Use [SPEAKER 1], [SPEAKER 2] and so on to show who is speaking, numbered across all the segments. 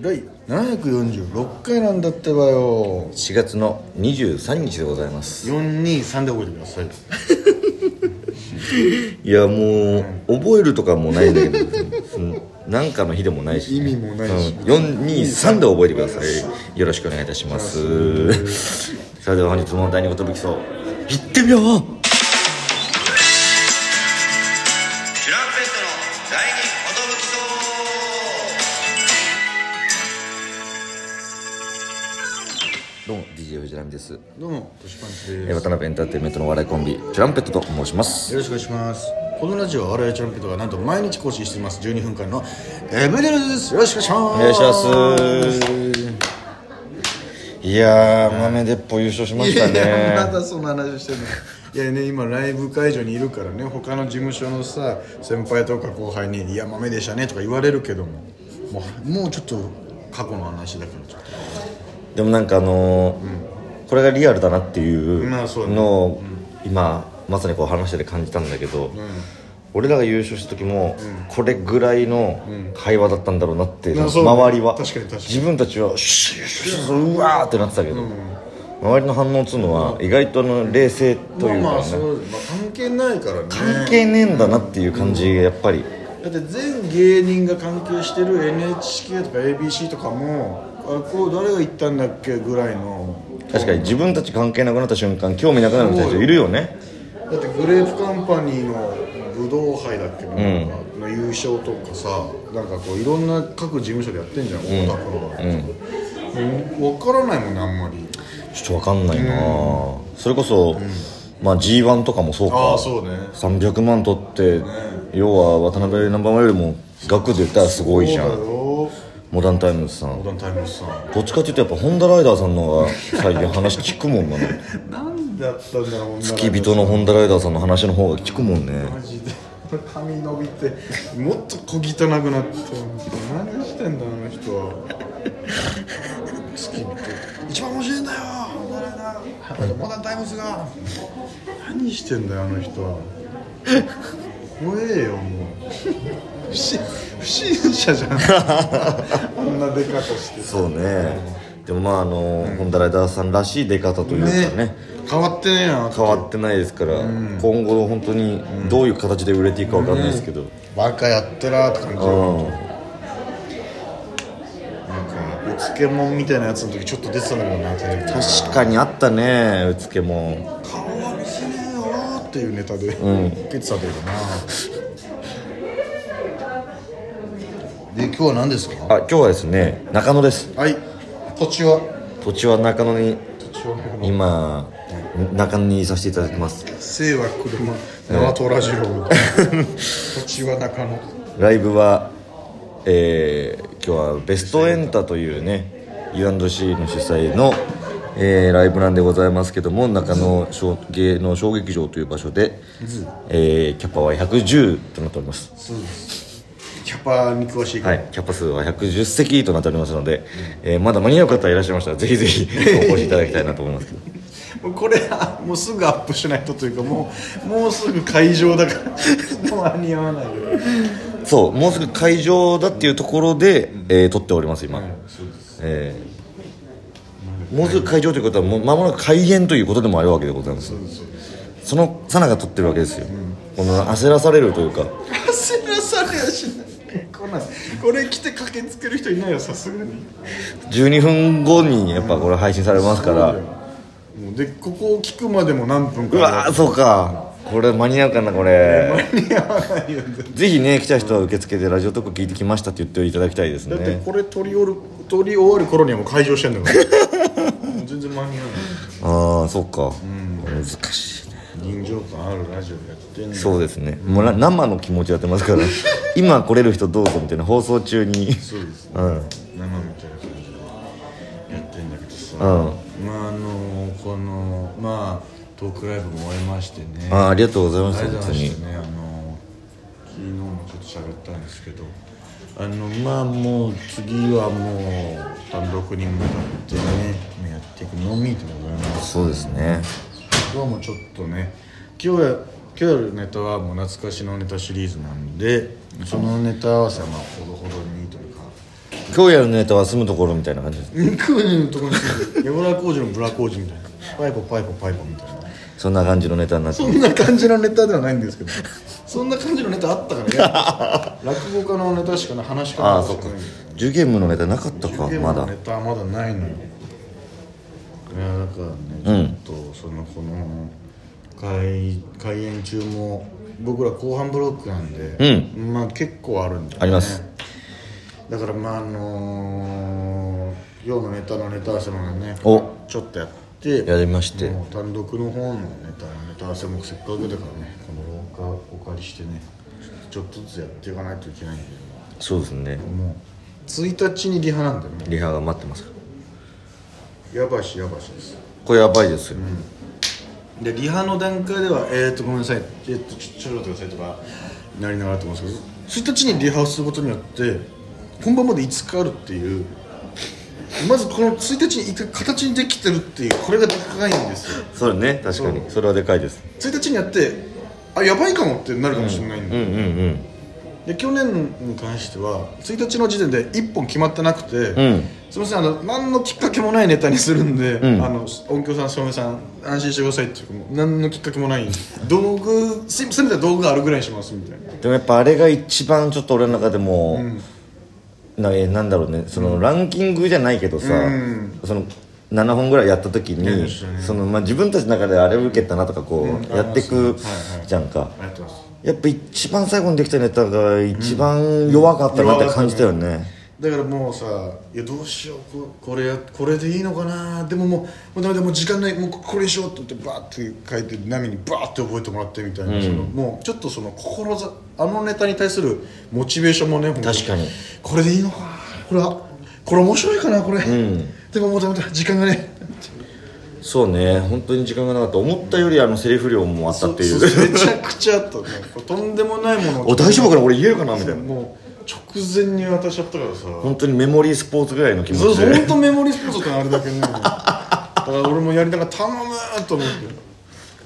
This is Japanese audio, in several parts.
[SPEAKER 1] 第746回なんだってばよ
[SPEAKER 2] 4月の23日でございます
[SPEAKER 1] 423で覚えてください
[SPEAKER 2] いやもう覚えるとかもないんだけどそのなんかの日でもないし、
[SPEAKER 1] 意味もないし
[SPEAKER 2] うん423で覚えてくださいよろしくお願いいたしますさあでは本日も第二言武器そう行ってみよう
[SPEAKER 3] シュランペストの第二きそう
[SPEAKER 2] どうも DJ 藤波です
[SPEAKER 1] どうもトシパンチ
[SPEAKER 2] え
[SPEAKER 1] です
[SPEAKER 2] ー渡辺エンターテインメントのお笑いコンビチュランペットと申します
[SPEAKER 1] よろしくお願いしますこのラジオは我々チャンピオンがなんと毎日更新しています12分間のエブリデイですよろしくお
[SPEAKER 2] お
[SPEAKER 1] 願
[SPEAKER 2] 願
[SPEAKER 1] い
[SPEAKER 2] い
[SPEAKER 1] し
[SPEAKER 2] し
[SPEAKER 1] ま
[SPEAKER 2] ますすいやー豆鉄砲優勝しました
[SPEAKER 1] いやま
[SPEAKER 2] ね
[SPEAKER 1] だその話してんのいやね今ライブ会場にいるからね他の事務所のさ先輩とか後輩に「いや豆でしたね」とか言われるけどももうもうちょっと過去の話だからちょっと
[SPEAKER 2] でもなんかあのーこれがリアルだなっていう
[SPEAKER 1] まあそうだね
[SPEAKER 2] のを今まさにこう話してて感じたんだけど、俺らが優勝した時もこれぐらいの会話だったんだろうなって、
[SPEAKER 1] まあそうだね
[SPEAKER 2] 周りは
[SPEAKER 1] 確かに確かに
[SPEAKER 2] 自分たちは「よしよしよしうわ!」ってなってたけど、周りの反応っつうのは意外とあの冷静という
[SPEAKER 1] まあまあ
[SPEAKER 2] かね
[SPEAKER 1] そう、まあ、関係ないからね
[SPEAKER 2] 関係ねえんだなっていう感じがやっぱり、
[SPEAKER 1] だって全芸人が関係してる NHK とか ABC とかもあこう誰が言ったんだっけぐらいの
[SPEAKER 2] 確かに自分たち関係なくなった瞬間興味なくなるみたいな人いるよね
[SPEAKER 1] だってグレープカンパニーの武道杯だっけなんかの優勝とかさ、なんかこういろんな各事務所でやってんじゃん大田プロは、うん、分からないもんねあんまり
[SPEAKER 2] ちょっとわかんないなあ、それこそ、まあ g 1とかもそう
[SPEAKER 1] あ
[SPEAKER 2] か
[SPEAKER 1] あそうね
[SPEAKER 2] 300万取って、要は渡辺ナンバーワンよりも額で言ったらすごいじゃ
[SPEAKER 1] そうだ
[SPEAKER 2] ん
[SPEAKER 1] よ
[SPEAKER 2] モダンタイムズさん
[SPEAKER 1] モダンタイムズさん
[SPEAKER 2] どっちかっていうとやっぱホンダライダーさんの方が最近話聞くもんなの
[SPEAKER 1] なんだったんだろう女
[SPEAKER 2] 付き人のホンダライダーさんの話の方が聞くもんね
[SPEAKER 1] マジで髪伸びてもっと小汚くなって何してんだあの人は月見て一番面白いんだよ誰だモダンタイムズが何してんだよあの人は怖えよもう不審不審者じゃんあんな出方して
[SPEAKER 2] そうねでもまああの、ホンダライダーさんらしい出方というかね
[SPEAKER 1] 変わってねえな
[SPEAKER 2] 変わってないですから、今後本当にどういう形で売れていくかわかんないですけど、
[SPEAKER 1] バカやってらーって感じ
[SPEAKER 2] うん
[SPEAKER 1] なんかお漬物みたいなやつの時ちょっと出てたんだけどなテレビ
[SPEAKER 2] 確かにあったねうつけも
[SPEAKER 1] 顔は見せねえよーっていうネタで、出てたけどなで今日は何ですか
[SPEAKER 2] あ今日はですね中野です
[SPEAKER 1] はい土地は
[SPEAKER 2] 土地は中野に
[SPEAKER 1] 土地は
[SPEAKER 2] 今中野にいさせていただきます
[SPEAKER 1] 生は車長虎次郎土地は中野
[SPEAKER 2] ライブはえー、今日はベストエンタというね U&C の主催の、えーライブなんでございますけども中野小芸能小劇場という場所で、えーキャパは110となっております
[SPEAKER 1] キャパに詳しいか
[SPEAKER 2] は
[SPEAKER 1] ら、
[SPEAKER 2] い、キャパ数は110席となっておりますので、えーまだ間に合う方いらっしゃいましたらぜひぜひお越しいただきたいなと思いますけど
[SPEAKER 1] もうこれはもうすぐアップしないとというかもうもうすぐ会場だからもう間に合わないよ
[SPEAKER 2] そうもうすぐ会場だっていうところで、えー撮っております今、えーもうすぐ会場ということはもう間もなく開演ということでもあるわけでございますそのさなが撮ってるわけですよ、この焦らされるというか
[SPEAKER 1] 焦らされやしないこんなんこれ来て駆けつける人いないよさすがに
[SPEAKER 2] 12分後にやっぱこれ配信されますからう
[SPEAKER 1] もうでここを聞くまでも何分か
[SPEAKER 2] わーそうかこれ間に合うかなこれ
[SPEAKER 1] 間に合わないよね
[SPEAKER 2] ぜひね来た人は受付でラジオトーク聞いてきましたって言っていただきたいです
[SPEAKER 1] だって
[SPEAKER 2] ね
[SPEAKER 1] これ撮り終わる撮り終わる頃にはもう会場してんだから もう全然間に合わない
[SPEAKER 2] ああそっか、難しいね
[SPEAKER 1] 臨場感あるラジオやってんの
[SPEAKER 2] そうですね、もうな生の気持ちやってます から今来れる人どうぞみたいな放送中に
[SPEAKER 1] そうですね
[SPEAKER 2] うん
[SPEAKER 1] 生みたいな感じでやってんだけどさ、
[SPEAKER 2] う
[SPEAKER 1] まああのこのまあトークライブも終えましてね
[SPEAKER 2] あーありがとうございまし
[SPEAKER 1] あ
[SPEAKER 2] た
[SPEAKER 1] れなん
[SPEAKER 2] 本当
[SPEAKER 1] で
[SPEAKER 2] に
[SPEAKER 1] すねあの昨日もちょっと喋ったんですけどあのまあもう次はもう単独に向かってねやっていくのみでございます
[SPEAKER 2] そうですね
[SPEAKER 1] 今日もちょっとね今日や今日やるネタはもう 懐かしのネタシリーズなんでそのネタ合わせはまあほどほどにというか
[SPEAKER 2] 今日やるネタは住むところみたいな感じです
[SPEAKER 1] クーニのとこに住んでる矢倉工事のブラ工事みたいなパイポパイポパイポみたいな
[SPEAKER 2] そんな感じのネタになって
[SPEAKER 1] そ
[SPEAKER 2] ます
[SPEAKER 1] んな感じのネタではないんですけど そんな感じのネタあったから ね落語家のネタしかな話しか
[SPEAKER 2] ああ
[SPEAKER 1] な
[SPEAKER 2] そっか
[SPEAKER 1] か
[SPEAKER 2] ジュゲームのネタなかったか
[SPEAKER 1] ゲーム
[SPEAKER 2] ま
[SPEAKER 1] の
[SPEAKER 2] だ
[SPEAKER 1] ネタまだないのよいやだからねちょっとそのこの開開演中も僕ら後半ブロックなんで、まあ結構あるんで、ね、
[SPEAKER 2] あります
[SPEAKER 1] だからまああのー、今日のネタのネタ合わせもね
[SPEAKER 2] お
[SPEAKER 1] ちょっとやって
[SPEAKER 2] やりまして
[SPEAKER 1] もう単独の方のネタのネタ合わせもせっかくだからねこの廊下お借りしてねちょっとずつやっていかないといけないんだけ
[SPEAKER 2] そうですね
[SPEAKER 1] どもう1日にリハなんだよね
[SPEAKER 2] リハが待ってますから
[SPEAKER 1] やばしやばしです
[SPEAKER 2] これやばいですよ、
[SPEAKER 1] でリハの段階では「えー、っとごめんなさい」えーっとちょちょっと待ってください」とかなりながらと思うんですけど1日にリハをすることによって本番まで5日あるっていうまずこの1日に一回形にできてるっていうこれがでかいんですよ
[SPEAKER 2] それね確かにそれはでかいです
[SPEAKER 1] 1日にやってあやばいかもってなるかもしれないんで,、
[SPEAKER 2] うんうんうん
[SPEAKER 1] で去年に関しては1日の時点で1本決まってなくて、
[SPEAKER 2] ん
[SPEAKER 1] すみませんあの何のきっかけもないネタにするんで、
[SPEAKER 2] ん
[SPEAKER 1] あの音響さん照明さん安心してくださいっていうかもう何のきっかけもない道具せせめて道具があるぐらいにしますみたいな
[SPEAKER 2] でもやっぱあれが一番ちょっと俺の中でも、なえなんだろうねそのランキングじゃないけどさ、
[SPEAKER 1] うん
[SPEAKER 2] その7本ぐらいやった時に、
[SPEAKER 1] いいですよね
[SPEAKER 2] そのまあ、自分たちの中であれを受けたなとかこう、
[SPEAKER 1] うん
[SPEAKER 2] やって
[SPEAKER 1] あり
[SPEAKER 2] いく
[SPEAKER 1] ますねはいはい
[SPEAKER 2] じゃんか、
[SPEAKER 1] ありがとうございます
[SPEAKER 2] やっぱ一番最後にできたネタが一番弱かったなって感じたよね、
[SPEAKER 1] だからもうさいやどうしようここれやこれでいいのかなでももうもうダメだもう時間ないもうこれにしようと思ってバーって書いて波にバーって覚えてもらってみたいな、そのもうちょっとその心ざあのネタに対するモチベーションもね本当
[SPEAKER 2] 確かに
[SPEAKER 1] これでいいのかなこれはこれ面白いかなこれ、でももうダメだ時間がね
[SPEAKER 2] そうね本当に時間がなかった思ったよりあのセリフ量もあったっていう
[SPEAKER 1] そうめちゃくちゃあったねこれとんでもないもの
[SPEAKER 2] お大丈夫かな俺言えるかなみたいな
[SPEAKER 1] もう直前に渡しちゃったからさ
[SPEAKER 2] 本当にメモリースポーツぐらいの気持
[SPEAKER 1] そう
[SPEAKER 2] ち
[SPEAKER 1] そう
[SPEAKER 2] で
[SPEAKER 1] 本当メモリースポーツだったのあれだけねだから俺もやりながら頼むーと思って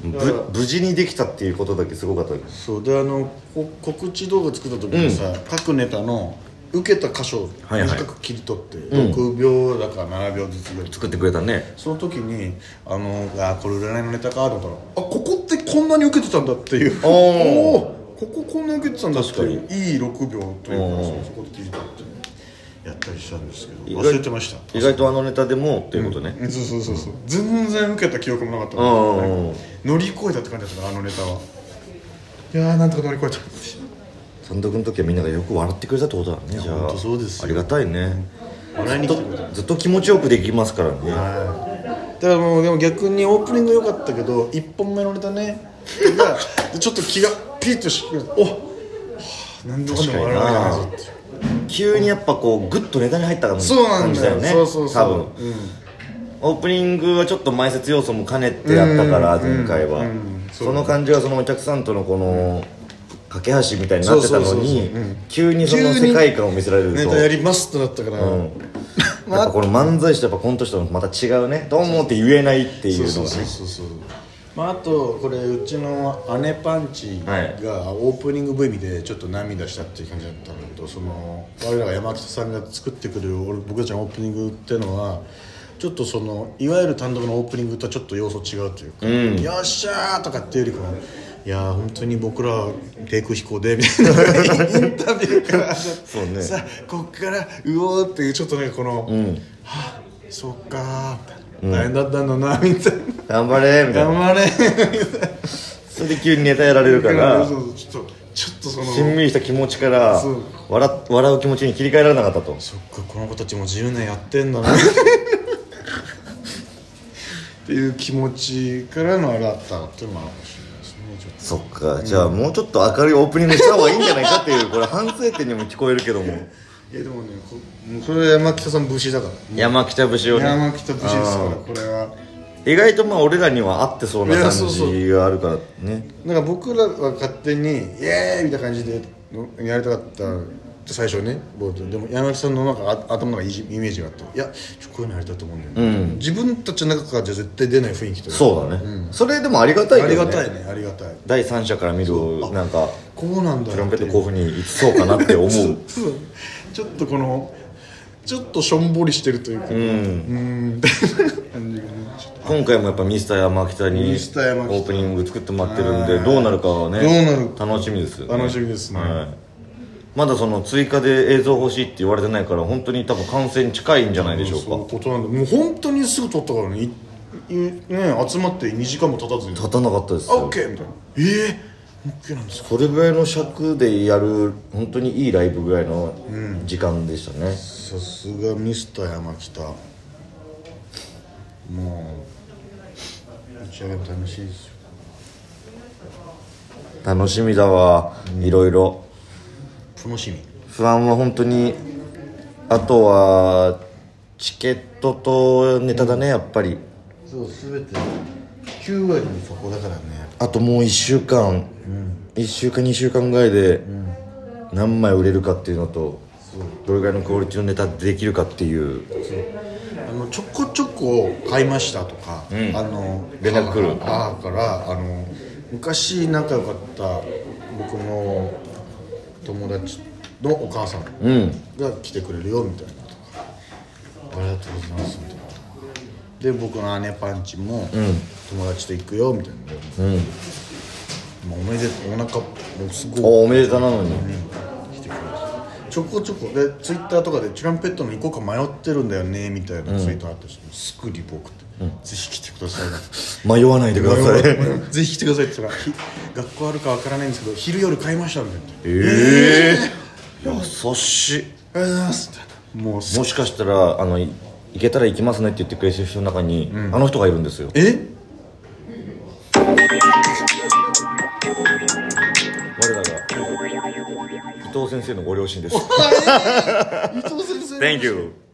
[SPEAKER 2] ぶ無事にできたっていうことだけすごかったです
[SPEAKER 1] そうであのこ告知動画作った時にさ、各ネタの受けた箇所を
[SPEAKER 2] はいはい
[SPEAKER 1] 短く切り取って、6秒だか7秒ずつぐらい
[SPEAKER 2] 作ってくれたね
[SPEAKER 1] その時にあのあこれ占いのネタかと思ったらあここってこんなに受けてたんだっていう
[SPEAKER 2] おー
[SPEAKER 1] おーこここんな受けてたんだっていう
[SPEAKER 2] 確
[SPEAKER 1] いい6秒という
[SPEAKER 2] お
[SPEAKER 1] か
[SPEAKER 2] ー
[SPEAKER 1] そうそこで切り取ってねやったりしたんですけど忘れてました
[SPEAKER 2] 意外とあのネタでもっていうことね、
[SPEAKER 1] うんそうそうそうそう全然受けた記憶もなかった
[SPEAKER 2] うん
[SPEAKER 1] からね乗り越えたって感じだったなあのネタはいやーなんとか乗り越えた
[SPEAKER 2] 単独の時はみんながよく笑ってくれたってことだねじゃ
[SPEAKER 1] ほん
[SPEAKER 2] あ
[SPEAKER 1] とそうですよ
[SPEAKER 2] ありがたいね、
[SPEAKER 1] 笑いに来てくれた
[SPEAKER 2] ずっと気持ちよくできますからね、
[SPEAKER 1] だからもうでも逆にオープニング良かったけど1本目のネタねが ちょっと気がピリッとしておっ何でもかんでも笑わないぞって
[SPEAKER 2] 急にやっぱこうグッとネタに入った感じ
[SPEAKER 1] そうなんだよ
[SPEAKER 2] ね
[SPEAKER 1] そうそうそう
[SPEAKER 2] 多分、オープニングはちょっと前説要素も兼ねてやったから前回は、その感じがそのお客さんとのこの架け橋みたいになってた
[SPEAKER 1] そ
[SPEAKER 2] の
[SPEAKER 1] うそうそうそう
[SPEAKER 2] に
[SPEAKER 1] うん
[SPEAKER 2] 急にその
[SPEAKER 1] 急に
[SPEAKER 2] 世界観を見せられると
[SPEAKER 1] ネタやりますってなったから、
[SPEAKER 2] うんやっぱこの漫才師とやっぱコント師とのまた違うねどうもって言えないっていう
[SPEAKER 1] そう
[SPEAKER 2] の
[SPEAKER 1] そう
[SPEAKER 2] が
[SPEAKER 1] そうそ
[SPEAKER 2] ね
[SPEAKER 1] うそうまあ、あとこれうちの姉パンチ
[SPEAKER 2] はい
[SPEAKER 1] がオープニング V でちょっと涙したっていう感じだったんだけどその我らが山北さんが作ってくれる俺僕たちのオープニングっていうのはちょっとそのいわゆる単独のオープニングとはちょっと要素違うというか「よっしゃー!」とかっていうよりかは。いやー本当に僕ら低空飛行でみたいな インタビューから
[SPEAKER 2] うね
[SPEAKER 1] さあこっからうおーっていうちょっとねこの、はあそっかーみたいな大変だったんだなみたいな
[SPEAKER 2] 頑張れみたい
[SPEAKER 1] 頑
[SPEAKER 2] な
[SPEAKER 1] 張れ
[SPEAKER 2] それで急にネタやられるから
[SPEAKER 1] そうそうちょっとちょっとその
[SPEAKER 2] しんみりした気持ちから
[SPEAKER 1] そう
[SPEAKER 2] 笑っ笑う気持ちに切り替えられなかったと
[SPEAKER 1] そっかこの子たちも10年やってんだなっていう気持ちからのあれだったっていうのもあるかもしれないですねちょっと
[SPEAKER 2] そっかじゃあもうちょっと明るいオープニングした方がいいんじゃないかっていうこれ反省点にも聞こえるけども
[SPEAKER 1] いやでもねこもうこれは山北さん武士だか
[SPEAKER 2] 山北節を
[SPEAKER 1] ら
[SPEAKER 2] ね
[SPEAKER 1] 山北武士ですからこれは
[SPEAKER 2] 意外とまあ俺らには合ってそうない
[SPEAKER 1] や
[SPEAKER 2] 感
[SPEAKER 1] そうそう
[SPEAKER 2] じがあるからね
[SPEAKER 1] なんか僕らは勝手に「イエーイ!」みたいな感じでやりたかった最初ね冒頭でも山木さんのなんかあ頭の中にイメージがあって「いやちょこういうのやりたいと思うんだよね」自分たちの中からじゃ絶対出ない雰囲気というか
[SPEAKER 2] そうだね、それでもありがたい
[SPEAKER 1] あ
[SPEAKER 2] け
[SPEAKER 1] り
[SPEAKER 2] ど
[SPEAKER 1] が
[SPEAKER 2] ね
[SPEAKER 1] たいねありがたい
[SPEAKER 2] 第三者から見るなんか
[SPEAKER 1] こうなんだ
[SPEAKER 2] トラ
[SPEAKER 1] よ
[SPEAKER 2] ン
[SPEAKER 1] っ
[SPEAKER 2] ペ
[SPEAKER 1] て
[SPEAKER 2] ットこういうふうにいきそうかなって思う
[SPEAKER 1] そうちょっとこのちょっとしょんぼりしてるというかう
[SPEAKER 2] うん
[SPEAKER 1] ーんって感じがねちょっ
[SPEAKER 2] 今回もやっぱミスター山北にオ
[SPEAKER 1] ミスター山北
[SPEAKER 2] ープニング作ってもらってるんでどうなるかはね
[SPEAKER 1] どうなるか
[SPEAKER 2] 楽しみですよね
[SPEAKER 1] 楽しみですね
[SPEAKER 2] はい、まだその追加で映像欲しいって言われてないから本当に多分完成に近いんじゃないでしょ
[SPEAKER 1] そういう
[SPEAKER 2] うか
[SPEAKER 1] ことなんでもう本当にすぐ撮ったからねいいね集まって2時間も経たずに
[SPEAKER 2] 立たなかったです
[SPEAKER 1] オッ
[SPEAKER 2] よ
[SPEAKER 1] ケーみたいなええオッケーなんですか
[SPEAKER 2] それぐらいの尺でやる本当にいいライブぐらいの時間でしたね、
[SPEAKER 1] さすがミスター山北もう打ち上げも楽しいですよ
[SPEAKER 2] 楽しみだわ、いろいろ
[SPEAKER 1] 楽しみ
[SPEAKER 2] 不安は本当にあとはチケットとネタだねやっぱり
[SPEAKER 1] そう全て9割そこだからね
[SPEAKER 2] あともう1週間、1週間2週間ぐらいで何枚売れるかっていうのとどれぐらいのクオリティのネタできるかっていう
[SPEAKER 1] あのちょこちょこ買いましたとか、あの
[SPEAKER 2] 連絡来る
[SPEAKER 1] 母からあの昔仲良かった僕の友達のお母さんが来てくれるよみたいなとか、ありがとうございますみたいなとかで僕の姉パンチも友達と行くよみたいな、もうおめでお腹もうすごい
[SPEAKER 2] おおめでたなのに
[SPEAKER 1] 来てくれてちょこちょこでツイッターとかで「チュランペットの行こうか迷ってるんだよね」みたいなツイートあったし、すぐリポ送って、ぜひ来てください」
[SPEAKER 2] 迷わないでください
[SPEAKER 1] ぜひ来てください」って言ったらひ「学校あるかわからないんですけど昼夜買いました」みたいな「
[SPEAKER 2] ええ優しい
[SPEAKER 1] ありがとうございます」みたいなもうす
[SPEAKER 2] もしかしたらあのい行けたら行きますねって言ってくれてる人の中に、あの人がいるんですよ
[SPEAKER 1] え
[SPEAKER 2] 我らが伊藤先生のご両親です
[SPEAKER 1] 伊藤先生
[SPEAKER 2] Thank you